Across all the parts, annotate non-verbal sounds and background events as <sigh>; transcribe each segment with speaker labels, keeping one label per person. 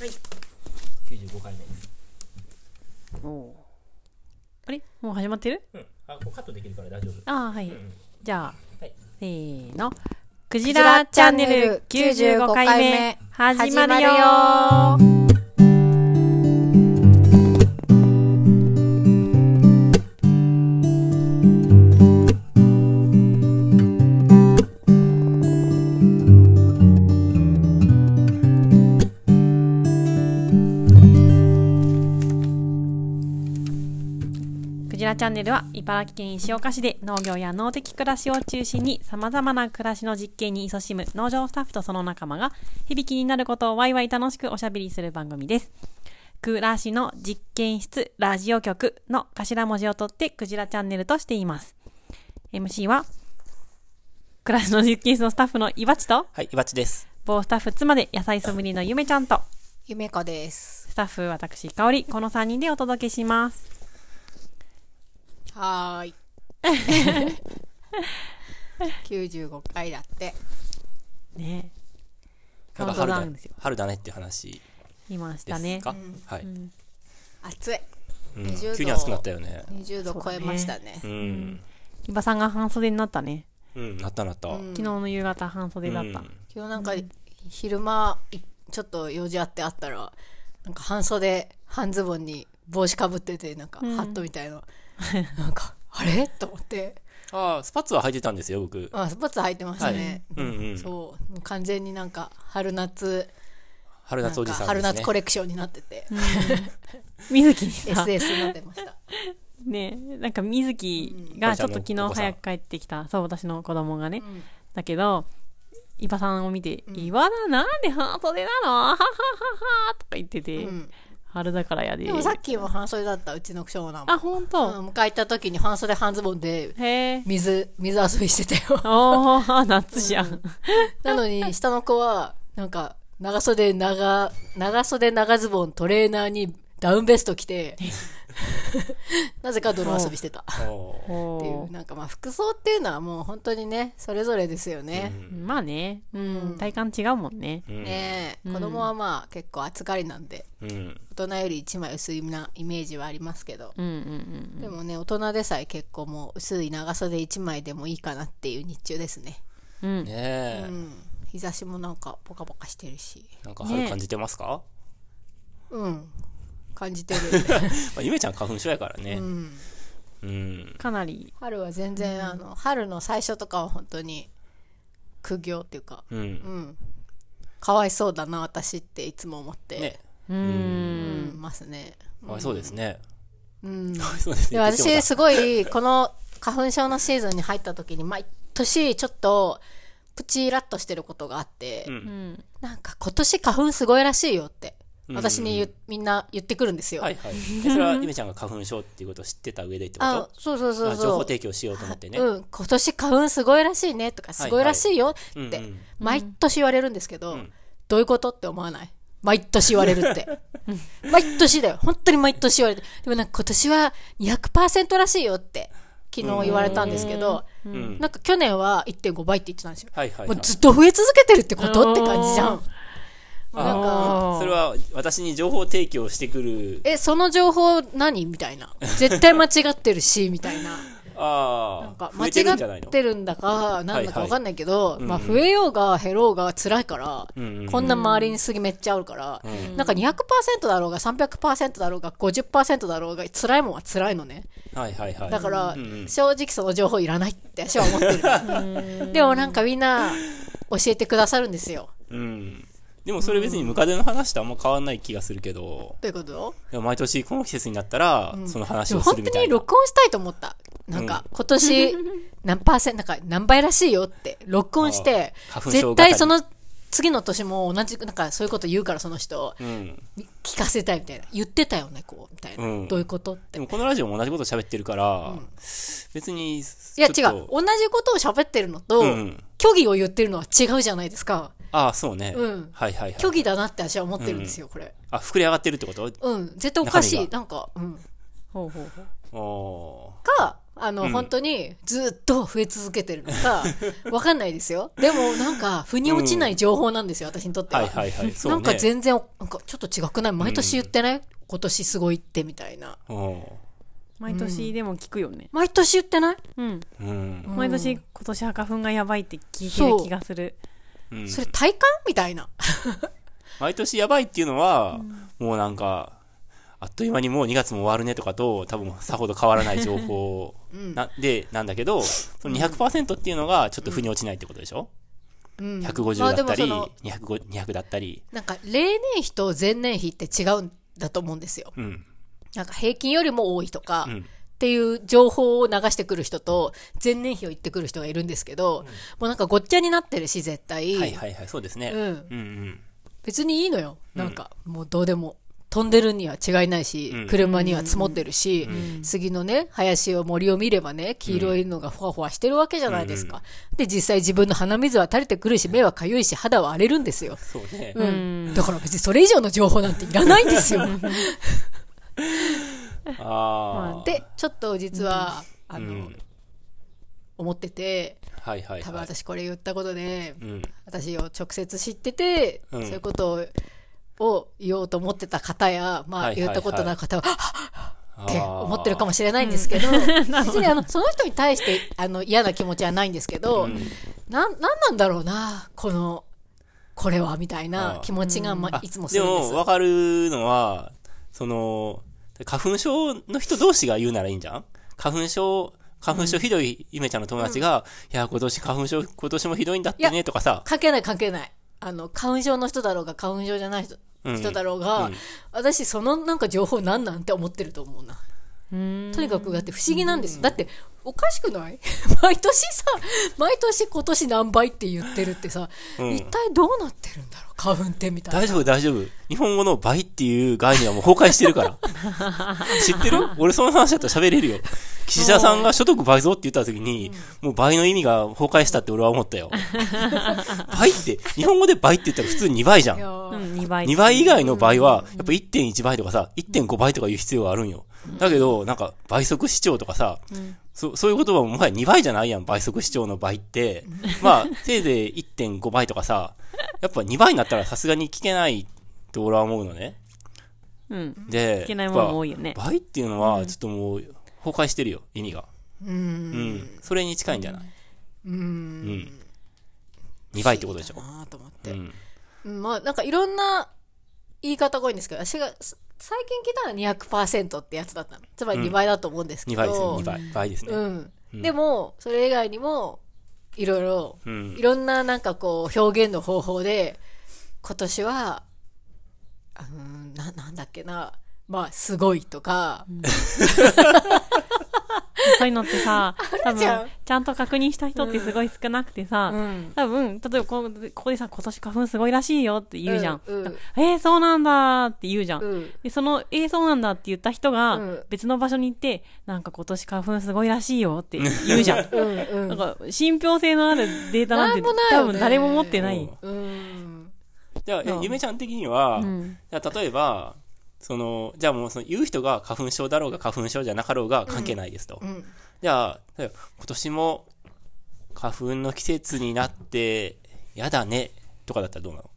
Speaker 1: はい
Speaker 2: 95回目です
Speaker 1: おおあれもう始まってる
Speaker 2: うんあこれカットできるから大丈夫
Speaker 1: ああはい、
Speaker 2: うん
Speaker 1: じゃあ、
Speaker 2: はい
Speaker 1: せーのク
Speaker 3: ジ
Speaker 1: ジラ
Speaker 3: ラ
Speaker 1: チ
Speaker 3: チ
Speaker 1: ャ
Speaker 3: ャ
Speaker 1: ン
Speaker 3: ン
Speaker 1: ネ
Speaker 3: ネ
Speaker 1: ル
Speaker 3: ル
Speaker 1: 95
Speaker 3: 95
Speaker 1: 回
Speaker 3: 回
Speaker 1: 目
Speaker 3: 目
Speaker 1: 始まるよ
Speaker 3: 始
Speaker 1: クジラチャンネルは茨城県石岡市で農業や農的暮らしを中心にさまざまな暮らしの実験に勤しむ農場スタッフとその仲間が響きになることをワイワイ楽しくおしゃべりする番組です。暮らしの実験室ラジオ局の頭文字を取ってクジラチャンネルとしています。MC は暮らしの実験室のスタッフのいばちと
Speaker 4: はい、イバチです。
Speaker 1: 某スタッフ妻で野菜ソムリエのゆめちゃんと
Speaker 3: 夢子です。
Speaker 1: スタッフ私香織この3人でお届けします。
Speaker 3: はー <laughs> い。95回だって。
Speaker 1: ねカ
Speaker 4: なん
Speaker 1: ウン
Speaker 4: か
Speaker 1: ト
Speaker 4: 春
Speaker 1: ダウ
Speaker 4: だ
Speaker 1: ンですよ。
Speaker 4: 春だねっていう話
Speaker 1: いまし
Speaker 4: で
Speaker 1: たね
Speaker 4: す。か。はい、
Speaker 3: 暑い。
Speaker 4: うん
Speaker 3: 20度
Speaker 4: 急に暑くなったよね。
Speaker 3: 20度超えましたね。
Speaker 4: うん、
Speaker 1: 伊庭さんが半袖になったね。
Speaker 4: うん、なったなった。うん
Speaker 1: 昨日の夕方半袖だった。
Speaker 3: 今日なんか昼間いちょっと用事あってあったら、なんか半袖、半ズボンに帽子かぶってて、なんかハットみたいな。なんか、あれと思って。
Speaker 4: ああ、スパッツは履いてたんですよ、僕。
Speaker 3: あ、スパッツ履いてましたね。
Speaker 4: うんうん。
Speaker 3: そう。もう完全になんか春夏、
Speaker 4: 春
Speaker 3: なん
Speaker 4: 夏おじ
Speaker 3: か
Speaker 4: さんですね。
Speaker 3: 春夏コレクションになってて、
Speaker 1: 水木にさ、
Speaker 3: SS になってました。
Speaker 1: ね、なんか水木がちょっと昨日
Speaker 4: お子さん
Speaker 1: 早く帰ってきた、そう、私の子供がね。だけど、伊庭さんを見て、伊庭だ、なんで半袖なのはははははとか言っ
Speaker 4: <laughs>
Speaker 1: てて、
Speaker 3: うん
Speaker 1: 春だからやで。
Speaker 3: でもさっきも半袖だったうちの長男も
Speaker 1: あ、ほんと、
Speaker 3: うん迎えた時に半袖半ズボンで
Speaker 1: へえ。
Speaker 3: 水水遊びして
Speaker 1: <laughs>
Speaker 3: たよ
Speaker 1: おー、夏じゃん。
Speaker 3: なのに下の子はなんか長袖長長袖長ズボントレーナーにダウンベスト着て <laughs> なぜか泥遊びしてたっ
Speaker 4: おー
Speaker 3: てい
Speaker 1: お
Speaker 3: うなんかまあ服装っていうのはもう本当にねそれぞれですよね、
Speaker 1: ーまあね、うん、体感違うもんね。
Speaker 4: うん
Speaker 3: ねえ子供はまあ結構暑がりなんで
Speaker 4: うん、
Speaker 3: 大人より一枚薄いなイメージはありますけど
Speaker 1: うんうんうん。
Speaker 3: でもね、大人でさえ結構もう薄い長袖1枚でもいいかなっていう日中ですね。
Speaker 4: ねえ、
Speaker 3: うん。日差しもなんかポカポカしてるし。
Speaker 4: なんか春感じてますか。
Speaker 3: うん。感じてる。
Speaker 4: <laughs> まあ、ゆめちゃん花粉症やからね。うん、
Speaker 1: かなり、
Speaker 3: 春は全然、あの、春の最初とかは本当に苦行っていうか、
Speaker 4: うん、
Speaker 3: うん。かわいそうだな、私っていつも思って、
Speaker 4: ね、
Speaker 1: うーん、
Speaker 3: うん、ますね。
Speaker 4: かわいそうですね。
Speaker 3: うん。
Speaker 4: かわいそうです
Speaker 3: で
Speaker 4: ね。 <laughs> って言
Speaker 3: 私
Speaker 4: って
Speaker 3: すごいこの花粉症のシーズンに入った時に毎年ちょっとプチイラッとしてることがあって、
Speaker 4: うん
Speaker 3: なんか今年花粉すごいらしいよって
Speaker 4: うん
Speaker 3: 私に言うみんな言ってくるんですよ、
Speaker 4: もうたはいはい。えそれはゆめちゃんが花粉症っていうことを知ってた上でってこと。
Speaker 3: あそうそうそう
Speaker 4: あ
Speaker 3: そう
Speaker 4: 情報提供しようと思ってね。
Speaker 3: うん、今年花粉すごいらしいねとかすごいらしいよ
Speaker 4: うん
Speaker 3: っ
Speaker 4: う
Speaker 3: て
Speaker 4: ん
Speaker 3: 毎年言われるんですけど、どういうことって思わない毎年言われる
Speaker 4: <laughs>
Speaker 3: って。毎年だよ。本当に毎年言われて。でもなんか今年は200%らしいよって昨日言われたんですけど、
Speaker 4: ん
Speaker 3: なんか去年は1.5倍って言ってたんですよ。
Speaker 4: はいはい、はい。
Speaker 3: もうずっと増え続けてるってことって感じじゃん。もう
Speaker 4: あー
Speaker 3: なんか、
Speaker 4: それは私に情報提供してくる
Speaker 3: え、その情報何みたいな。絶対間違ってるし、みたいな。な
Speaker 4: あ
Speaker 3: ん
Speaker 4: あ
Speaker 3: か
Speaker 4: 増
Speaker 3: 間
Speaker 4: えてる
Speaker 3: 違
Speaker 4: んじゃない
Speaker 3: っ
Speaker 4: の
Speaker 3: てるんだか、なんだかわかんないけど、まあ
Speaker 4: うん
Speaker 3: 増えようが減ろうが辛いから、
Speaker 4: んうん
Speaker 3: こんな周りに杉めっちゃあるから、なんか200%だろうが300%だろうが50%だろうが辛いもんは辛いのね。
Speaker 4: はいはいはい
Speaker 3: だから
Speaker 4: うんうん、
Speaker 3: 正直その情報いらないって私は
Speaker 4: <laughs>
Speaker 3: 思ってる。でもなんかみんな教えてくださるんですよ。
Speaker 4: うんでもそれ別にムカデの話とあんま変わんない気がするけど
Speaker 3: どういうこと
Speaker 4: でも毎年この季節になったらその話
Speaker 3: でも
Speaker 4: をす
Speaker 3: 本
Speaker 4: るみ
Speaker 3: 当
Speaker 4: たい
Speaker 3: に
Speaker 4: な、
Speaker 3: 録音したいと思った。なんか、今年、何パーセント、なんか何倍らしいよって、録音して
Speaker 4: あ花、粉症
Speaker 3: 絶
Speaker 4: 語り
Speaker 3: 対その次の年も同じ、なんかそういうこと言うからその人、
Speaker 4: うん、
Speaker 3: 聞かせたいみたいな。言ってたよね、こう、みたいな。
Speaker 4: うん
Speaker 3: どういうことって。
Speaker 4: でもこのラジオも同じこと喋ってるから、別にい
Speaker 3: いや違う。同じことを喋ってるのと、
Speaker 4: うんうん
Speaker 3: 虚偽を言ってるのは違うじゃないですか。
Speaker 4: ああそうね、
Speaker 3: うん
Speaker 4: はいはいはい
Speaker 3: 虚偽だなって私は思ってるんですよ、これ。
Speaker 4: あ膨れ上がってるってこと
Speaker 3: うん。絶対おかし
Speaker 4: 中身
Speaker 3: い。
Speaker 4: が
Speaker 3: なんか、うん。
Speaker 1: ほうほうほう。
Speaker 4: お
Speaker 3: か、あの、
Speaker 4: うん
Speaker 3: 本当にずっと増え続けてるの
Speaker 4: <laughs>
Speaker 3: か、わかんないですよ。でもなんか、腑に落ちない情報なんですよ、私にとっては。
Speaker 4: はいはいはい。そう
Speaker 3: <laughs> な
Speaker 4: ね。
Speaker 3: んか全然、なんかちょっと違くない毎年言ってない、今年すごいってみたいな。
Speaker 4: うん。
Speaker 1: 毎年でも聞くよね。
Speaker 3: 毎年言ってない
Speaker 1: うん。
Speaker 4: うん。
Speaker 1: 毎年今年は花粉がやばいって聞いてる気がする。
Speaker 4: うん
Speaker 3: それ体感みたいな。
Speaker 4: 毎年やばいっていうのは、もうなんか、あっという間にもう2月も終わるねとかと、多分さほど変わらない情報なで、なんだけど、その200%っていうのがちょっと腑に落ちないってことでしょ、
Speaker 3: うん。まあ
Speaker 4: ?150
Speaker 3: で
Speaker 4: だっ
Speaker 3: も
Speaker 4: たり、
Speaker 3: その
Speaker 4: 200, 200だったり。
Speaker 3: なんか、例年比と前年比って違うんだと思うんですよ。
Speaker 4: うん。
Speaker 3: なんか平均よりも多いとか、
Speaker 4: うん
Speaker 3: っていう情報を流してくる人と、前年比を言ってくる人がいるんですけど、もうなんかごっちゃになってるし、絶対。
Speaker 4: はいはいはい、そうですね。
Speaker 3: う
Speaker 4: うん
Speaker 3: ん。
Speaker 4: うん。
Speaker 3: 別にいいのよ。なんか、もうどうでも。飛んでるには違いないし、
Speaker 4: うん
Speaker 3: 車には積もってるし、杉のね、林を森を見ればね、黄色いのがふわふわしてるわけじゃないですか。で、実際自分の鼻水は垂れてくるし、目はかゆいし、肌は荒れるんですよ。
Speaker 4: そうね。
Speaker 3: うん。だから別にそれ以上の情報なんていらないんですよ。
Speaker 4: ああ。
Speaker 3: で、ちょっと実は、あ
Speaker 4: う
Speaker 3: の、
Speaker 4: ん。
Speaker 3: 思ってて、
Speaker 4: はいはい
Speaker 3: 多分
Speaker 4: はい。
Speaker 3: 私これ言ったことで、
Speaker 4: うん。
Speaker 3: 私を直接知ってて、
Speaker 4: うん
Speaker 3: そういうことをを言おうと思ってた方や、ま
Speaker 4: は
Speaker 3: あ
Speaker 4: いはい
Speaker 3: 言
Speaker 4: は
Speaker 3: っ
Speaker 4: い
Speaker 3: たことない方は、はっっ
Speaker 4: って
Speaker 3: 思ってるかもしれないんですけど、別にあの、その人に対してあの嫌な気持ちはないんですけど、なん、なんなんだろうな、この、これは、みたいな気持ちが、まあ、 <laughs> いつもす
Speaker 4: で
Speaker 3: るんです。
Speaker 4: も、わかるのは、その、花粉症の人同士が言うならいいんじゃん花粉症、花粉症ひどいゆめちゃんの友達が、いや、今年花粉症、今年もひどいんだって
Speaker 3: い
Speaker 4: ね、とかさ。
Speaker 3: 関係ない関係ない。あの、花粉症の人だろうが、花粉症じゃない人,、
Speaker 4: うん
Speaker 3: 人だろうが、
Speaker 4: うん
Speaker 3: 私、そのなんか情報なんなんて思ってると思うな。
Speaker 1: うん。
Speaker 3: とにかく、だって不思議なんですよ。だって、おかしくない <laughs> 毎年さ、毎年今年何倍って言ってるってさ、
Speaker 4: うん
Speaker 3: 一体どうなってるんだろう花粉ってみたいな。
Speaker 4: 大丈夫、大丈夫。日本語の倍っていう概念はもう崩壊してる
Speaker 3: <laughs>
Speaker 4: から。知ってる俺その話だったら喋れるよ。岸田さんが所得倍増って言った時に、もう倍の意味が崩壊したって俺は思ったよ。倍って、日本語で倍って言ったら普通2倍じゃん
Speaker 3: い。や
Speaker 1: う
Speaker 3: ー
Speaker 1: ん、2倍。
Speaker 4: 2倍以外の場合は、やっぱ1.1倍とかさ、1.5倍とかいう必要があるんよ。だけど、なんか、倍速視聴とかさ、そそういう言葉ももはや2倍じゃないやん、倍速視聴の倍って。まあ、せいぜい1.5倍とかさ、やっぱ2倍になったらさすがに聞けないと俺は思うのね。
Speaker 1: うん。
Speaker 4: で、
Speaker 1: 聞けないものも多いよね
Speaker 4: やっぱ倍っていうのは、ちょっともう、崩壊してるよ、意味が。
Speaker 3: う。。
Speaker 4: うんん。それに近いんじゃないううんん。2倍ってことでしょ
Speaker 3: 不。思議だなと思っ
Speaker 4: う
Speaker 3: て。
Speaker 4: ん。
Speaker 3: うんまあ、なんかいろんな言い方が多いんですけど、私がす最近聞いたのは200%ってやつだったの。つまり2倍だと思うんですけ
Speaker 4: 2
Speaker 3: ど。
Speaker 4: 倍ですね、2倍。倍ですね。
Speaker 3: うん。でも、それ以外にも、いろいろ、
Speaker 4: うん
Speaker 3: いろんななんかこう、表現の方法で、今年は、うーん、な、なんだっけな、まあ、すごいとか、
Speaker 1: そういうのって
Speaker 3: <laughs>
Speaker 1: さ、多
Speaker 3: じゃ
Speaker 1: 分
Speaker 3: ん、
Speaker 1: ちゃんと確認した人ってすごい少なくてさ、
Speaker 3: うん
Speaker 1: 多分、例えばこうここでさ、今年花粉すごいらしいよって言うじゃん。
Speaker 3: うんうん
Speaker 1: えー、そうなんだーって言うじゃん。
Speaker 3: うん
Speaker 1: で、その、えー、そうなんだって言った人
Speaker 3: う
Speaker 1: が
Speaker 3: ん、
Speaker 1: 別の場所に行って、なんか今年花粉すごいらしいよって言うじゃん。
Speaker 3: うん、うん
Speaker 1: なんか、信憑性のあるデータなんて、
Speaker 3: なんもないよ
Speaker 1: 多
Speaker 3: ね
Speaker 1: 分誰も持ってな
Speaker 4: う
Speaker 1: い
Speaker 4: ん。
Speaker 3: うん、
Speaker 4: じゃあ、え
Speaker 1: うん
Speaker 4: ゆめちゃん的には、
Speaker 1: ん
Speaker 4: じゃあ例えば、その、じゃあもうその言う人が花粉症だろうが花粉症じゃなかろうが関係ないですと。
Speaker 3: ん
Speaker 4: じゃあ、例えば今年も花粉の季節になって、やだね、とかだったらどうなの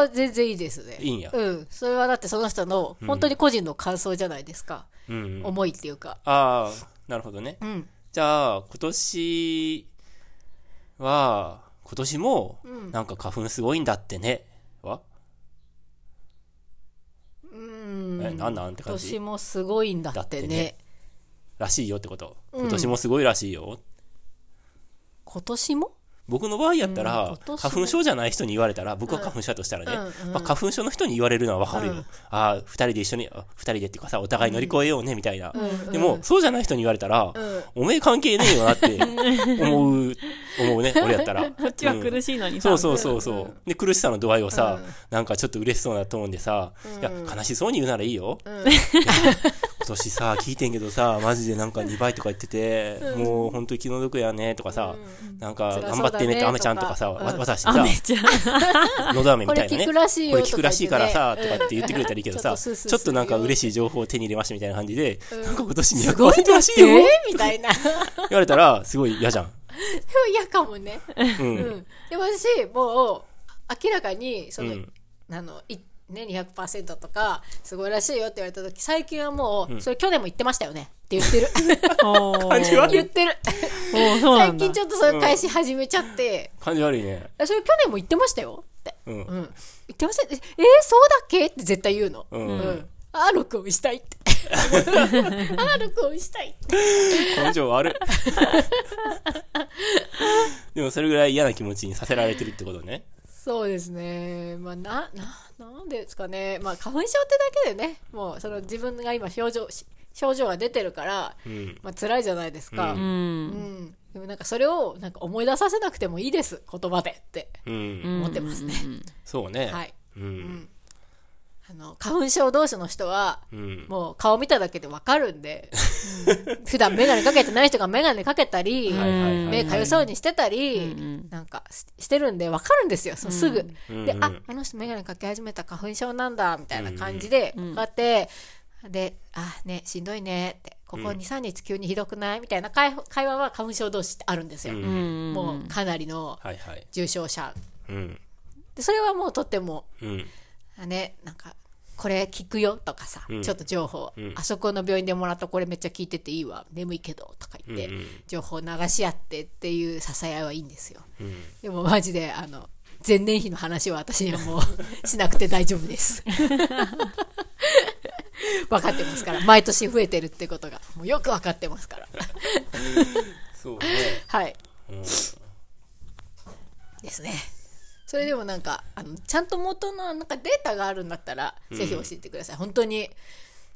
Speaker 3: あ、全然いいですね。
Speaker 4: いいんや
Speaker 3: うん。それはだってその人の、本当に個人の感想じゃないですか。
Speaker 4: うんうん、
Speaker 3: 思いっていうか。
Speaker 4: ああ、なるほどね。
Speaker 3: うん。
Speaker 4: じゃあ、今年は、今年も、なんか花粉すごいんだってね、は
Speaker 3: うん。
Speaker 4: え、なんなんって
Speaker 3: 今
Speaker 4: 感
Speaker 3: 年
Speaker 4: じ
Speaker 3: もすごいんだって
Speaker 4: だって
Speaker 3: ね
Speaker 4: ね。らしいよってこと。今年もすごいらしいよ。
Speaker 3: 今年も
Speaker 4: 僕の場合やった
Speaker 3: うん今
Speaker 4: ら、
Speaker 3: 年も
Speaker 4: 花粉症じゃない人に言われたら、僕は花粉症だとしたらね、
Speaker 3: うんうん
Speaker 4: まあ、花粉症の人に言われるのはわかるよ。
Speaker 3: うん
Speaker 4: ああ、二人で一緒に、あ二人でっていうかさ、お互い乗り越えようね、みたいな。
Speaker 3: うん
Speaker 4: でも、そうじゃない人に言われたら、
Speaker 3: ん
Speaker 4: おめえ関係ねえよなって思う、思うね、俺やった
Speaker 3: <laughs>
Speaker 4: ら。
Speaker 1: こっちは
Speaker 4: うん
Speaker 1: 苦しいのにさ。
Speaker 4: そうそうそうそう。で、苦しさの度合いをさ、なんかちょっと嬉しそうなトーンでさ、いや、悲しそうに言うならいいよ。いや今年さ、聞いてんけどさ、マジでなんか2倍とか言ってて、もう本当に気の毒やねとかさ、なんか頑張ってねって、アメちゃんとかさ、わ私
Speaker 1: あ、
Speaker 4: さ
Speaker 1: め、っちゃ。
Speaker 4: のど飴みたいな
Speaker 3: これ
Speaker 4: ね。
Speaker 3: 聞くらしいよ
Speaker 4: これ聞くらしいからさ、
Speaker 3: と
Speaker 4: と
Speaker 3: か
Speaker 4: か
Speaker 3: 言っ
Speaker 4: って言っ
Speaker 3: てね
Speaker 4: てくれたらいいけど
Speaker 3: ちょっ
Speaker 4: さ、
Speaker 3: とスースー
Speaker 4: ちょっとなんか
Speaker 3: するよ
Speaker 4: 嬉しい情報を手に入れましたみたいな感じで、
Speaker 3: ん
Speaker 4: なんか今年
Speaker 3: すごい
Speaker 4: 200%らしい
Speaker 3: え
Speaker 4: よ
Speaker 3: ー
Speaker 4: 言
Speaker 3: みたいな。
Speaker 4: われたら、すごい嫌じゃん。
Speaker 3: <laughs> 嫌かもね。
Speaker 4: う。
Speaker 3: うんん。でも私、もう、明らかに、そうの、
Speaker 4: ん。
Speaker 3: あの、いね、200%とか、すごいらしいよって言われた時、最近はもう、それ去年も言ってましたよねって言っ
Speaker 4: <laughs>
Speaker 3: てる。
Speaker 1: <laughs> おー
Speaker 4: 感じ悪い
Speaker 3: 言ってる。
Speaker 1: おーそうな
Speaker 3: 最
Speaker 1: んだ
Speaker 3: 近ちょっと <laughs> それ返し始めちゃって、
Speaker 4: 感じ悪いね。
Speaker 3: それ去年も言ってましたよって。
Speaker 4: う。
Speaker 3: うんん。言ってませんえ、えーそうだっけって絶対言うの。
Speaker 4: うん
Speaker 3: うん。あー、録音した
Speaker 4: <laughs>
Speaker 3: いって。 <laughs> あー、録音したいって。
Speaker 4: 感情悪い。 <laughs> でもそれぐらい嫌な気持ちにさせられてるってことね。
Speaker 3: そうですね。まあ、な、な、なんでですかね。まあ、花粉症ってだけでね、もう、その自分が今表情し、症状が出てるから、
Speaker 4: うん。
Speaker 3: まあ、辛いじゃないですか。
Speaker 4: う
Speaker 1: う。
Speaker 3: うんん。でもなんかそれを、なんか思い出させなくてもいいです。言葉でって
Speaker 4: うん。
Speaker 3: 思ってますね。
Speaker 4: そうね。
Speaker 3: はい。
Speaker 4: うん。
Speaker 3: うん。あの、花粉症同士の人は、
Speaker 4: うん。
Speaker 3: もう顔見ただけでわかるんで、普段メガネかけてない人がメガネかけたり、
Speaker 4: はいはいはい
Speaker 3: 目かゆそうにしてたり、
Speaker 1: ん
Speaker 3: なんかししてるんでわかるんですよ、そうすぐ。
Speaker 4: うん
Speaker 3: で
Speaker 4: う、ん
Speaker 3: あ、あの人メガネかけ始めた花粉症なんだ、みたいな感じで、こうやって、で、あ、ね、しんどいねって、ここ2、3日急にひどくないみたいな会会話は花粉症同士ってあるんですよ。
Speaker 4: うん
Speaker 1: うん。
Speaker 3: もうかなりの
Speaker 4: はいはい。
Speaker 3: 重症者。
Speaker 4: うん。
Speaker 3: で、それはもうとっても
Speaker 4: うん。
Speaker 3: あねなんかこれ聞くよとかさ、
Speaker 4: うん
Speaker 3: ちょっと情報、
Speaker 4: うん
Speaker 3: あそこの病院でもらったこれめっちゃ聞いてていいわ眠いけどとか言って、
Speaker 4: うんうん
Speaker 3: 情報流し合ってっていう支え合いはいいんですよ
Speaker 4: うん。
Speaker 3: でもマジであの前年比の話は私にはもうしなくて大丈夫です分かってますから毎年増えてるってことがもうよく分かってますから
Speaker 4: そうね。
Speaker 3: はい
Speaker 4: うん。
Speaker 3: ですねそれでもなんかあのちゃんと元のなんかデータがあるんだったら、ぜひ教えてください本当に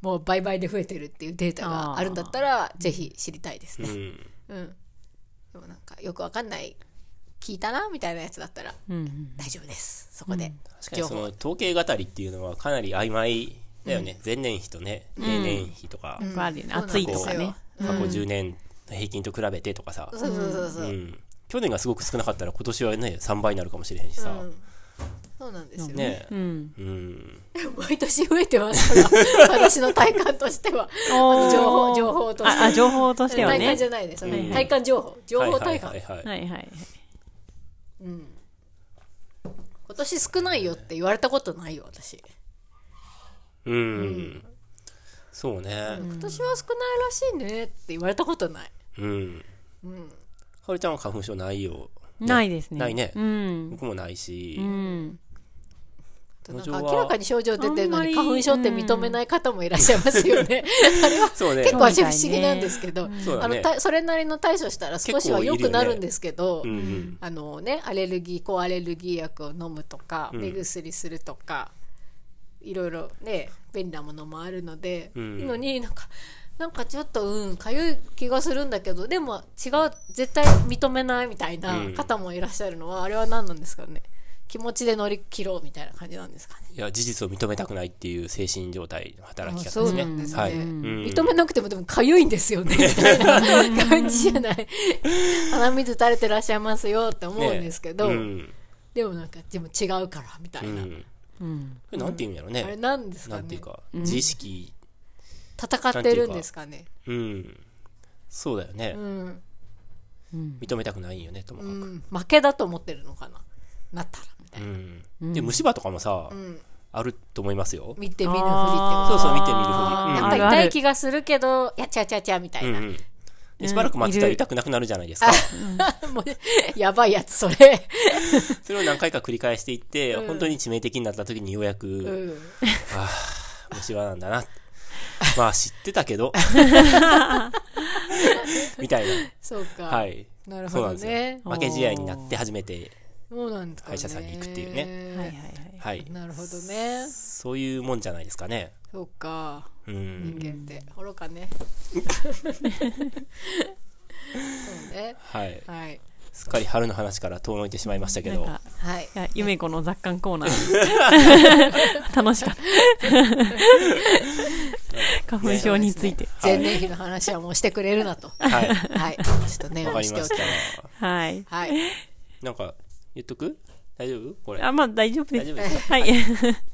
Speaker 3: もう倍々で増えてるっていうデータがあるんだったらぜひ知りたいです
Speaker 4: う
Speaker 3: ね
Speaker 4: ん。
Speaker 3: うん、でもなんかよくわかんない聞いたなみたいなやつだったら
Speaker 1: うん。
Speaker 3: 大丈夫ですそこで
Speaker 4: 確かに
Speaker 3: 情
Speaker 4: そ
Speaker 3: 報、
Speaker 4: の統計語りっていうのはかなり曖昧だよね。前年比とね、平年比とか、
Speaker 1: よくあるよね。暑
Speaker 3: そう
Speaker 1: い
Speaker 3: なんで
Speaker 1: と
Speaker 3: す
Speaker 1: か
Speaker 3: よ
Speaker 1: ね。
Speaker 4: 過去10年の平均と比べてとかさ。
Speaker 3: そうそうそうそう、
Speaker 4: うん。去年がすごく少なかったら今年はね、3倍になるかもしれへんしさ。
Speaker 3: そうなんですよね
Speaker 4: ね
Speaker 1: うん。
Speaker 4: うん。
Speaker 3: 毎年増えてますか
Speaker 4: <laughs>
Speaker 3: ら私の体感としては
Speaker 1: おー
Speaker 3: 情報情報として
Speaker 1: あ、あ情報としては
Speaker 3: 体感
Speaker 1: ね
Speaker 3: じ。ゃないです、
Speaker 4: ん
Speaker 3: 体感情報情報
Speaker 4: はい
Speaker 3: 体感、
Speaker 4: はいはいは。
Speaker 1: はいいはい。
Speaker 3: 今年少ないよって言われたことないよ私
Speaker 4: うん。そうね。
Speaker 3: 今年は少ないらしいねって言われたことない
Speaker 4: うん。かおりちゃんは花粉症ないよ。
Speaker 1: ないですね。
Speaker 4: ないね
Speaker 1: うん。
Speaker 4: 僕もないし
Speaker 1: う。ん。
Speaker 3: な
Speaker 4: 症
Speaker 3: ん
Speaker 4: 状
Speaker 3: か
Speaker 4: は
Speaker 3: 明らかに症状出てるのに
Speaker 1: あん
Speaker 3: 花
Speaker 1: ま
Speaker 3: 粉
Speaker 1: り
Speaker 3: 症って認めない方もいらっしゃいます
Speaker 4: <laughs>
Speaker 3: よね、あれは
Speaker 4: そうね
Speaker 3: 結。構私不思議なんですけど、
Speaker 4: そうだ
Speaker 3: あ
Speaker 4: ね
Speaker 3: のたそれなりの対処したら少しは良くなるんですけど、
Speaker 4: うんうん。
Speaker 3: あのね、アレルギー抗アレルギー薬を飲むとか、
Speaker 4: ん
Speaker 3: 目薬するとかいろいろね便利なものもあるので、
Speaker 4: うん
Speaker 3: いいのになんかなんかちょっとうんかゆい気がするんだけどでも違う絶対認めないみたいな
Speaker 4: うん
Speaker 3: 方もいらっしゃるのは、あれは何なんですかね気持ちで乗り切ろうみたいな感じなんですかね。
Speaker 4: いや、事実を認めたくないっていう精神状態の働き
Speaker 3: あ
Speaker 4: 方
Speaker 3: そ
Speaker 4: で
Speaker 3: う
Speaker 4: すね。
Speaker 3: なんですね、
Speaker 4: はい。う
Speaker 3: 認めなくてもでもかゆいんですよねみたいな感じじゃない
Speaker 4: <laughs>
Speaker 3: 鼻水垂れてらっしゃいますよって思うんですけど、
Speaker 4: ねうん。
Speaker 3: でもなんかでも違うからみたいな、
Speaker 4: うん
Speaker 1: うん。
Speaker 4: これなんて言うんやろ
Speaker 3: あ
Speaker 4: ね。
Speaker 3: れなんですか
Speaker 4: なん
Speaker 3: ね
Speaker 4: ていうか、自意識。
Speaker 3: 戦ってるんですかね
Speaker 4: うん。そうだよね
Speaker 3: う。ん、
Speaker 4: 認めたくないよね、とも
Speaker 3: う
Speaker 4: か
Speaker 3: ん、負けだと思ってるのかななったらみたい
Speaker 4: く。
Speaker 3: な、
Speaker 4: うん。で、虫歯とかもさ、あると思いますよ。
Speaker 3: 見て見ぬふりって
Speaker 1: あー
Speaker 4: そうそう見て見るふり
Speaker 1: あー
Speaker 4: うん
Speaker 3: なん
Speaker 1: あ
Speaker 3: か
Speaker 1: るある
Speaker 3: 痛い気がするけどいやちゃうちゃうちゃうみた
Speaker 4: う
Speaker 3: い
Speaker 4: んう
Speaker 3: な、
Speaker 4: ん。でしばらく待ってたら痛くなくなるじゃないですか。
Speaker 3: もうやばいやつそれ、
Speaker 4: <laughs> それを何回か繰り返していって、本当に致命的になった時にようやく、
Speaker 3: うん、
Speaker 4: ああ、虫歯なんだな。まあ知ってたけど。みたい
Speaker 3: そうか、
Speaker 4: な。はい。
Speaker 3: なる
Speaker 4: そう
Speaker 3: ほ
Speaker 4: な
Speaker 3: ど
Speaker 4: んで
Speaker 3: ね
Speaker 4: すよ。負け試合になって初めて、
Speaker 3: そうなんですか
Speaker 4: 歯
Speaker 3: ね
Speaker 4: 医者さんに行くっていうね
Speaker 1: はいはいはい。
Speaker 4: はい。
Speaker 3: なるほどね
Speaker 4: そういうもんじゃないですかね。
Speaker 3: そうか
Speaker 4: うん。
Speaker 3: 人間って愚か <laughs> ねそうね
Speaker 4: はい。
Speaker 3: はい
Speaker 4: すっかり春の話から遠のいてしまいましたけ
Speaker 1: なん
Speaker 4: ど。
Speaker 1: か、
Speaker 3: はい
Speaker 1: いや、ゆめこの
Speaker 4: <laughs>
Speaker 1: 雑感コーナー。楽しかった。花粉症について。
Speaker 3: 前年比の話はもうしてくれるなと。
Speaker 4: はい。
Speaker 3: はい。ちょっと念
Speaker 4: わ
Speaker 3: を
Speaker 4: か
Speaker 3: し
Speaker 4: り
Speaker 3: て
Speaker 4: ま
Speaker 3: <laughs> お
Speaker 4: し
Speaker 3: き
Speaker 4: た
Speaker 3: ます。。
Speaker 1: はい。
Speaker 3: はい。
Speaker 4: なんか、言っとく大丈夫これ。
Speaker 1: あ、まあ大丈夫で
Speaker 4: 大丈
Speaker 1: す
Speaker 4: 夫。ですか
Speaker 1: はい。